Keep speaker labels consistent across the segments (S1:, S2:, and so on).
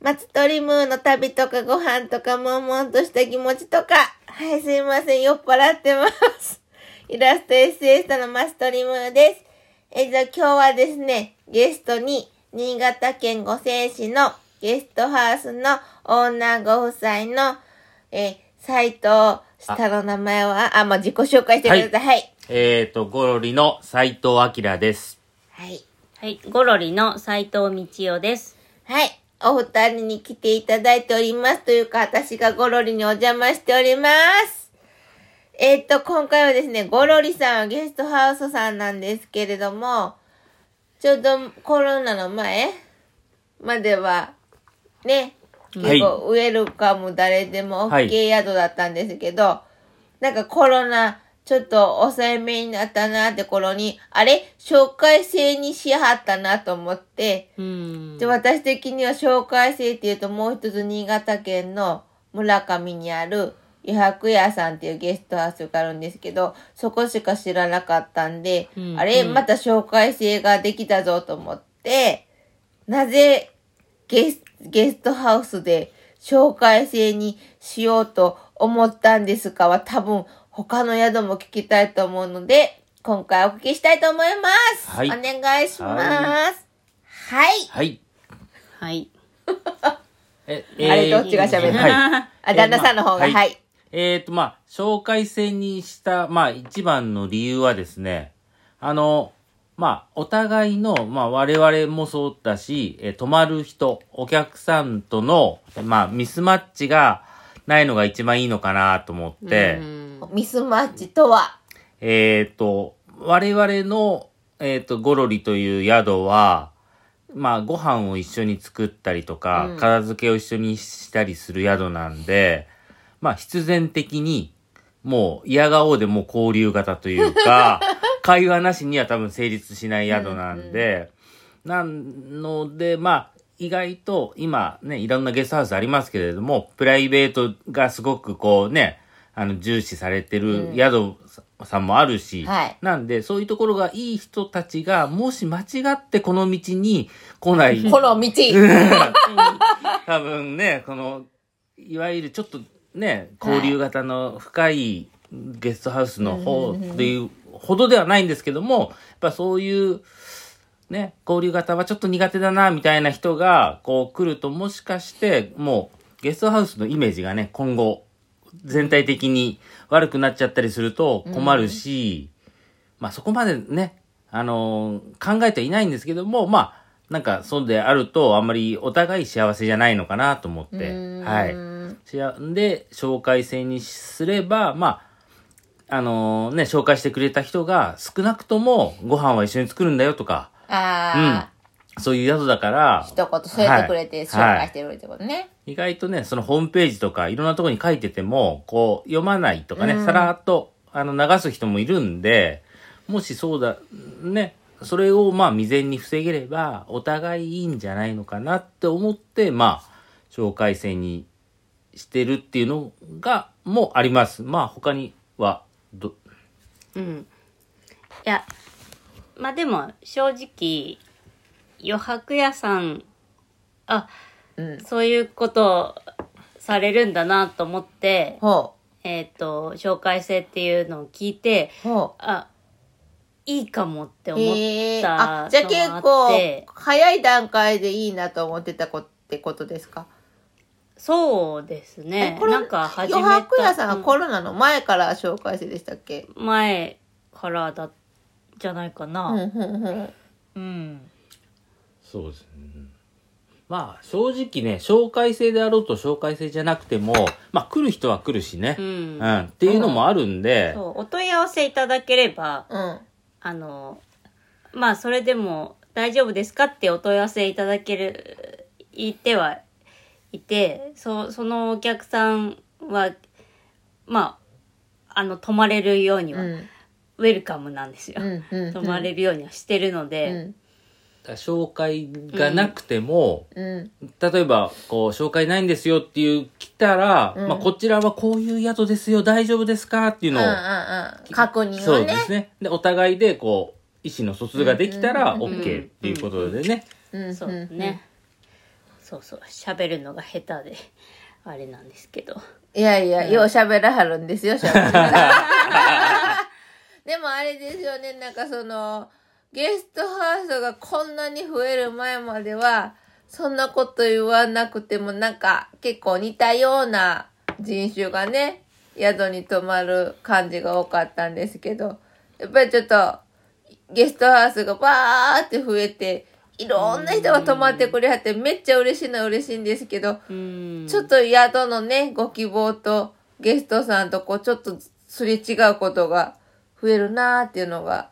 S1: 松鳥ムーの旅とかご飯とか、悶々とした気持ちとか。はい、すいません。酔っ払ってます。 イラストエッセイストの松鳥ムーです。え、じゃあ今日はですね、ゲストに、新潟県五泉市のゲストハウスのオーナーご夫妻の、え、斎藤下の名前は、あまあ、自己紹介してください。はい。
S2: えーと、ゴロリの斎藤明です。
S1: はい。
S3: はい、ゴロリの斉藤道夫です。
S1: はい。お二人に来ていただいております。というか、私がゴロリにお邪魔しております。えっと、今回はですね、ゴロリさんはゲストハウスさんなんですけれども、ちょうどコロナの前までは、ね、
S2: は
S1: 結
S2: い
S1: 構ウェルカム誰でも
S2: はい
S1: OK 宿だったんですけど、なんかコロナ、ちょっと抑えめになったなって頃に、あれ紹介制にしはったなと思って、
S3: うん
S1: で私的には紹介制っていうともう一つ新潟県の村上にある余白屋さんっていうゲストハウスがあるんですけどそこしか知らなかったんで、
S3: うん
S1: あれ
S3: うん
S1: また紹介制ができたぞと思ってなぜゲスゲストハウスで紹介制にしようと思ったんですかは多分他の宿も聞きたいと思うので今回お聞きしたいと思います、
S2: はい
S1: お願いしますはい
S2: はい。
S3: はい。
S2: え、
S1: あれどっちが喋るの
S2: はい。
S1: あ、旦那さんの方が、
S2: えーまあ
S1: はい。
S2: えーと、まあ、紹介制にした、まあ、一番の理由はですね、あの、まあ、お互いの、まあ、我々もそうだし、えー泊まる人、お客さんとの、まあ、ミスマッチがないのが一番いいのかなと思って、
S1: ミスマッチとは、
S2: えっ、と、我々の、えっ、と、ゴロリという宿は、まあ、ご飯を一緒に作ったりとか、
S1: うん
S2: 片付けを一緒にしたりする宿なんで、まあ、必然的に、もう、嫌顔でもう交流型というか、 会話なしには多分成立しない宿なんで、なので、まあ、意外と今ね、いろんなゲストハウスありますけれども、プライベートがすごくこうね、あの、重視されてる宿さんもあるし、
S1: はい
S2: なんで、そういうところがいい人たちが、もし間違ってこの道に来ない、
S1: この道。
S2: 多分ね、この、いわゆるちょっとね、交流型の深いゲストハウスの方っていうほどではないんですけども、やっぱそういう、ね、交流型はちょっと苦手だな、みたいな人が、こう来るともしかして、もう、ゲストハウスのイメージがね、今後、全体的に悪くなっちゃったりすると困るし、まあそこまでね、あのー考えてはいないんですけども、まあ、なんかそうであると、あんまりお互い幸せじゃないのかなと思って、はい。しあで、紹介制にすれば、まあ、あのーね、紹介してくれた人が少なくともご飯は一緒に作るんだよとか、
S1: あ
S2: そういう宿だか
S1: ー、、
S2: ら
S1: 一言添えてくれて、
S2: はい
S1: 紹介してくれるってことね。
S2: 意外とね、そのホームページとかいろんなところに書いてても、こう、読まないとかね、
S1: うん
S2: さらっと、あの、流す人もいるんで、もしそうだ、ね、それをまあ未然に防げれば、お互いいいんじゃないのかなって思って、まあ、紹介制にしてるっていうのが、もあります。まあ、他には、ど、
S3: うん。いや、まあでも正直、余白屋さん、あ、
S1: うん
S3: そういうことされるんだなと思って、
S1: ほ
S3: えっ、と、紹介制っていうのを聞いて、
S1: う、ほ
S3: あ、いいかもって
S1: う。
S3: 思っ
S1: へー
S3: た
S1: あ、じゃあ結
S3: のもあって
S1: 構、早い段階でいいなと思ってたことってことですか
S3: そうですね。
S1: れ
S3: なんか始めた。
S1: 余白屋さんが
S3: うん
S1: コロナの前から紹介してでしたっけ
S3: 前からだじゃない
S1: う
S3: か
S1: ん、
S3: な。
S1: うん、うん。
S3: うん。
S2: そうですね。まあ、正直ね、紹介制であろうと紹介制じゃなくても、まあ、来る人は来るしね。
S3: うん。
S2: うん、っていうのもあるんで、
S3: そう、お問い合わせいただければ、
S1: うん。
S3: あの、まあ、それでも大丈夫ですかってお問い合わせいただける、言ってはいて、そ、そのお客さんは、まあ、あの、泊まれるように
S1: う
S3: は、
S1: ん、
S3: ウェルカムなんですよ。
S1: うん、うん。
S3: 泊まれるようにはしてるの
S1: う
S3: で、
S1: ん、
S2: 紹介がなくても、
S1: うん。
S2: 例えば、こう、紹介ないんですよっていう来たら、
S1: うん
S2: まあ、こちらはこういう宿ですよ、大丈夫ですかっていう
S1: うん、うん、
S2: のを、
S1: うん。確認
S2: そ
S1: を
S2: うで
S1: ね。
S2: すね。で、お互いで、こう、意思の疎通ができたら、
S1: うんうんうん
S2: OK っていうことでね。
S1: うん
S3: そうね。。そうそう喋るのが下手であれなんですけど
S1: いやいや、よう喋らはるんですよ、喋らでもあれですよね、なんかその、ゲストハウスがこんなに増える前までは、そんなこと言わなくても、なんか結構似たような人種がね、宿に泊まる感じが多かったんですけど、やっぱりちょっと、ゲストハウスがバーって増えて、いろんな人が泊まってくれはって、めっちゃ嬉しいのは嬉しいんですけど、
S3: うん
S1: ちょっと宿のね、ご希望とゲストさんとこう、ちょっとすれ違うことが増えるなーっていうのが、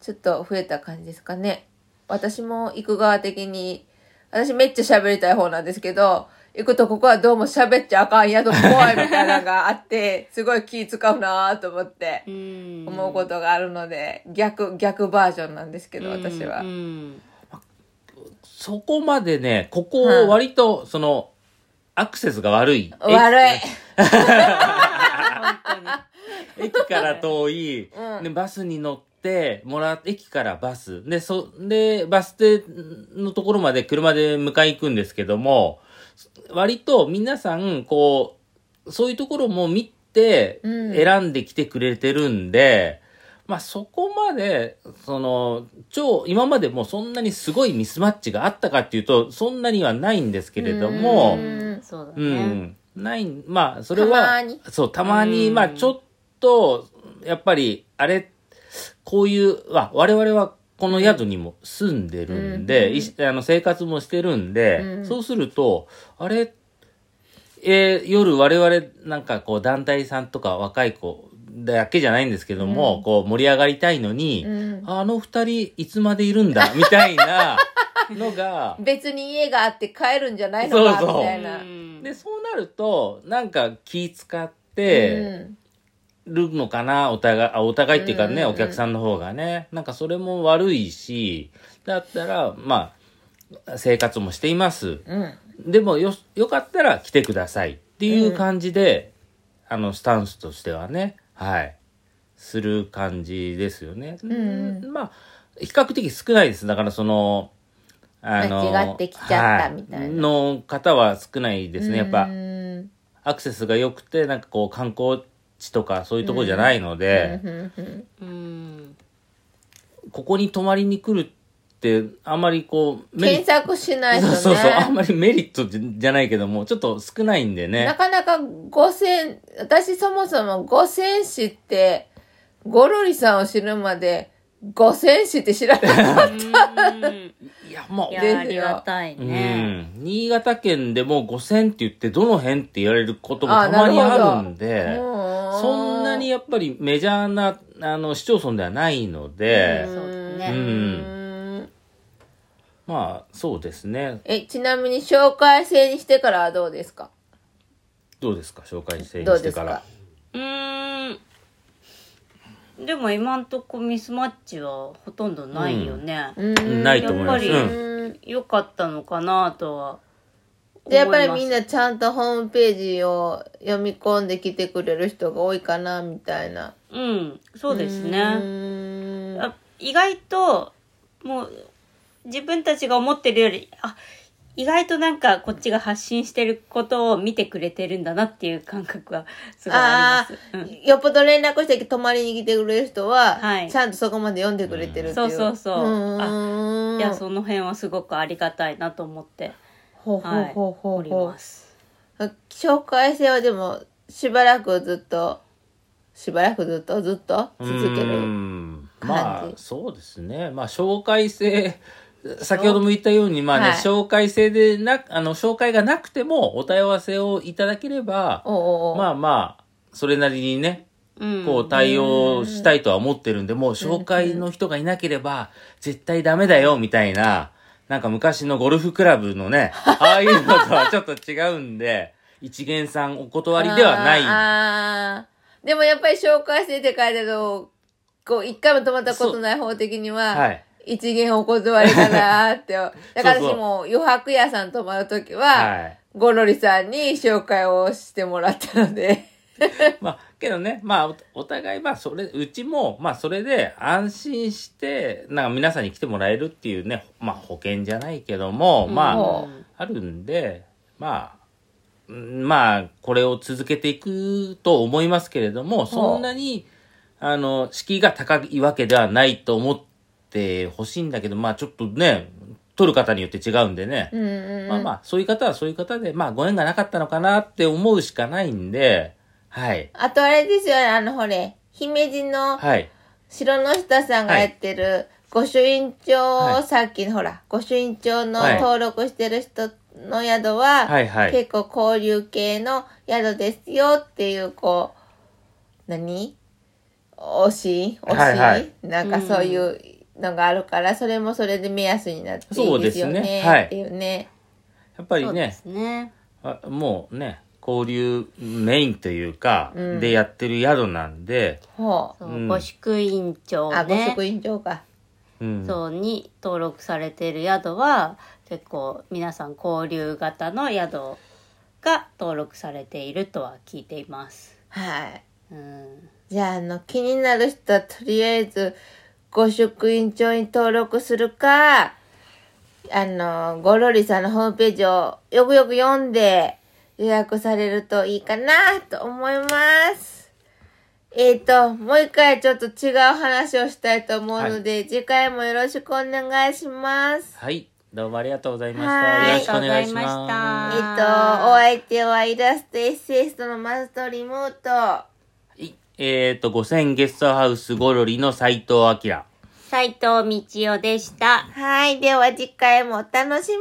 S1: ちょっと増えた感じですかね。私も行く側的に、私めっちゃ喋りたい方なんですけど、行くとここはどうも喋っちゃあかん宿怖いみたいなのがあ って、すごい気使うなーと思って
S3: うん
S1: 思うことがあるので、逆、逆バージョンなんですけど、私は
S3: う。ん
S2: そこまでね、ここを割と、その、アクセスが悪い。
S1: 悪い。
S3: 本当 に
S2: 駅から遠い、
S1: うん
S2: でバスに乗ってもらって駅からバスでそでバス停のところまで車で迎え行くんですけども割と皆さんこうそういうところも見て
S1: うん
S2: 選んできてくれてるんで、まあそこまでその超今までもそんなにすごいミスマッチがあったかっていうとそんなにはないんですけれども。
S1: うん
S3: そうだね、
S2: うん。ない、まあ、それは、
S1: たまに
S2: そう、たまに、
S3: うん
S2: まあ、ちょっと、やっぱり、あれ、こういう、わ我々はこの宿にも住んでるんで、
S1: うん
S2: いしあの生活もしてるんで、
S1: うん
S2: そうすると、あれ、えー夜我々なんかこう団体さんとか若い子だけじゃないんですけども、こう盛り上がりたいのに、
S1: うん
S2: あの二人いつまでいるんだ、みたいなの が、
S1: 別に家があって帰るんじゃないのか
S2: そうそう
S1: みたいな。
S3: うん
S2: でそうなるとなんか気使って
S1: うん
S2: るのかな、お互いあお互いっていうか
S1: う
S2: ね、
S1: んうん
S2: お客さんの方がねなんかそれも悪いしだったらまあ生活もしています
S1: うん
S2: でもよよかったら来てくださいっていう感じで、あのスタンスとしてはねはいする感じですよね、
S1: ん
S2: まあ比較的少ないですだからそのあ
S1: 間違ってきちゃったみたいな
S2: はの方は少ないですねやっぱ、
S1: うん
S2: アクセスが良くてなんかこう観光地とかそういうとこじゃないので、
S3: うん
S2: ここに泊まりに来るってあんまりこうメリ
S1: 検
S2: ット
S1: 索しないと
S2: そう
S1: ね
S2: そうそうあんまりメリットじゃじゃないけどもちょっと少ないんで
S1: な
S2: ね
S1: かなか5000私そもそも5000詞ってゴロリさんを知るまで5000詞って知らなかった
S3: うん
S2: いやも
S3: いうや
S1: ですよ
S3: ありがたいうね、
S2: ん、新潟県でも5000って言ってどの辺って言われることも
S1: あ
S2: たまに
S1: なるほど
S2: あるんで
S1: うん
S2: そんなにやっぱりメジャーなあの市町村ではないので、
S3: うんそうだ
S1: う
S3: ね
S1: ん
S2: まあそうですね
S1: えちなみに紹介制にしてからはどうですか
S2: どうですか紹介制に
S1: どう
S2: し
S1: で
S2: て
S1: す
S2: から
S1: か
S3: うーんでも今んとこミスマッチはほとんどないよね、
S1: うん
S2: ないと思います
S3: やっぱ
S2: り
S1: うん
S3: 良かったのかなとは
S1: でやっぱりみん
S3: 思い
S1: なちゃんとホームページを読み込んできてくれる人が多いかなみたいな
S3: ますうんそうです
S1: う
S3: ね
S1: ーん
S3: あ意外ともう自分たちが思ってるよりあ意外となんかこっちが発信してることを見てくれてるんだなっていう感覚はすごいあります、うん
S1: よっぽど連絡して泊まりに来てくれる人は、
S3: はい
S1: ちゃんとそこまで読んでくれてるっていう、
S3: うんそうそうそう
S1: ーん
S3: いやその辺はすごくありがたいなと思って
S1: ほうほうほうほ
S3: お
S1: う
S3: り
S1: ほう、
S3: ます。
S1: 紹介制はでもしばらくずっとしばらくずっとずっと続け
S2: うー
S1: る
S2: んまあ
S1: 感じ
S2: そうですねまあ紹介制先ほども言ったようにまあね、
S1: はい
S2: 紹介制でなあの紹介がなくてもお問い合わせをいただければ
S1: おうおうおう
S2: まあまあそれなりにね
S3: うん
S2: こう対応したいとは思ってるんで、もう紹介の人がいなければ絶対ダメだよみたいな、なんか昔のゴルフクラブ のね、ああいうのとはちょっと違うんで、一元さんお断りではない。
S1: あーあーでもやっぱり紹介制って書いてあると、こう、一回も泊まったことない方的には、
S2: はい。
S1: 一元お断りかなー って。だから
S2: そう
S1: 私
S2: そう
S1: も余白屋さん泊まるときは、
S2: はい。
S1: ゴロリさんに紹介をしてもらったので。
S2: まあ、けどね、まあ、おお互い、まあ、それ、うちも、まあ、それで安心して、なんか皆さんに来てもらえるっていうね、まあ、保険じゃないけども、
S3: う
S2: ま
S3: ん
S2: あ、あるんで、まあ、うんまあ、これを続けていくと思いますけれども、そんなに、あの、敷居が高いわけではないと思ってほしいんだけど、まあちょっとね、取る方によって違うんでね、
S1: うんうんうん
S2: まあまあ、そういう方はそういう方で、まあご縁がなかったのかなって思うしかないんで、はい。
S1: あとあれですよね、あの、ほれ、姫路の
S2: はい。
S1: 城之下さんがやってる、御朱印帳
S2: は
S1: を
S2: い
S1: さっきのほら、御朱印帳の
S2: はい
S1: 登録してる人の宿は、
S2: はいはい
S1: 結構交流系の宿ですよっていう、こう、何推し推し、
S2: はいはい
S1: なんかそういうのがあるから、それもそれで目安になっていいですよ
S2: そうで
S1: ね
S2: すねはい
S1: っていうね。
S2: やっぱり
S3: そうで
S2: ね
S3: す、ね。
S2: あもうね、交流メインというか、
S1: うん
S2: でやってる宿なんで、
S1: ほう。
S3: そうう、
S2: ん
S3: 御宿委員長
S1: あ、御
S3: ね
S1: 朱、印帳か。
S2: うん
S3: そうに登録されている宿は、結構皆さん交流型の宿が登録されているとは聞いています。
S1: はい。
S3: うん。
S1: じゃあ、あの、気になる人はとりあえず、ご職員帳に登録するか、あの、ゴロリさんのホームページをよくよく読んで予約されるといいかなと思います。えっ、と、もう一回ちょっと違う話をしたいと思うので、次回もよろしくお願いします。
S2: はい。どうもありがとうございまし
S1: は
S2: た。
S1: い
S2: よろしくお願いし
S3: ありがとうご
S2: ま
S3: ざいま
S1: え
S2: す
S1: っ、
S3: し
S1: と、お相手はイラストエッセイストのマストリモート。
S2: はい。えっ、と、5000ゲストハウスゴロリの斉藤明。
S3: 斉藤道夫でした。
S1: はい、では次回もお楽しみに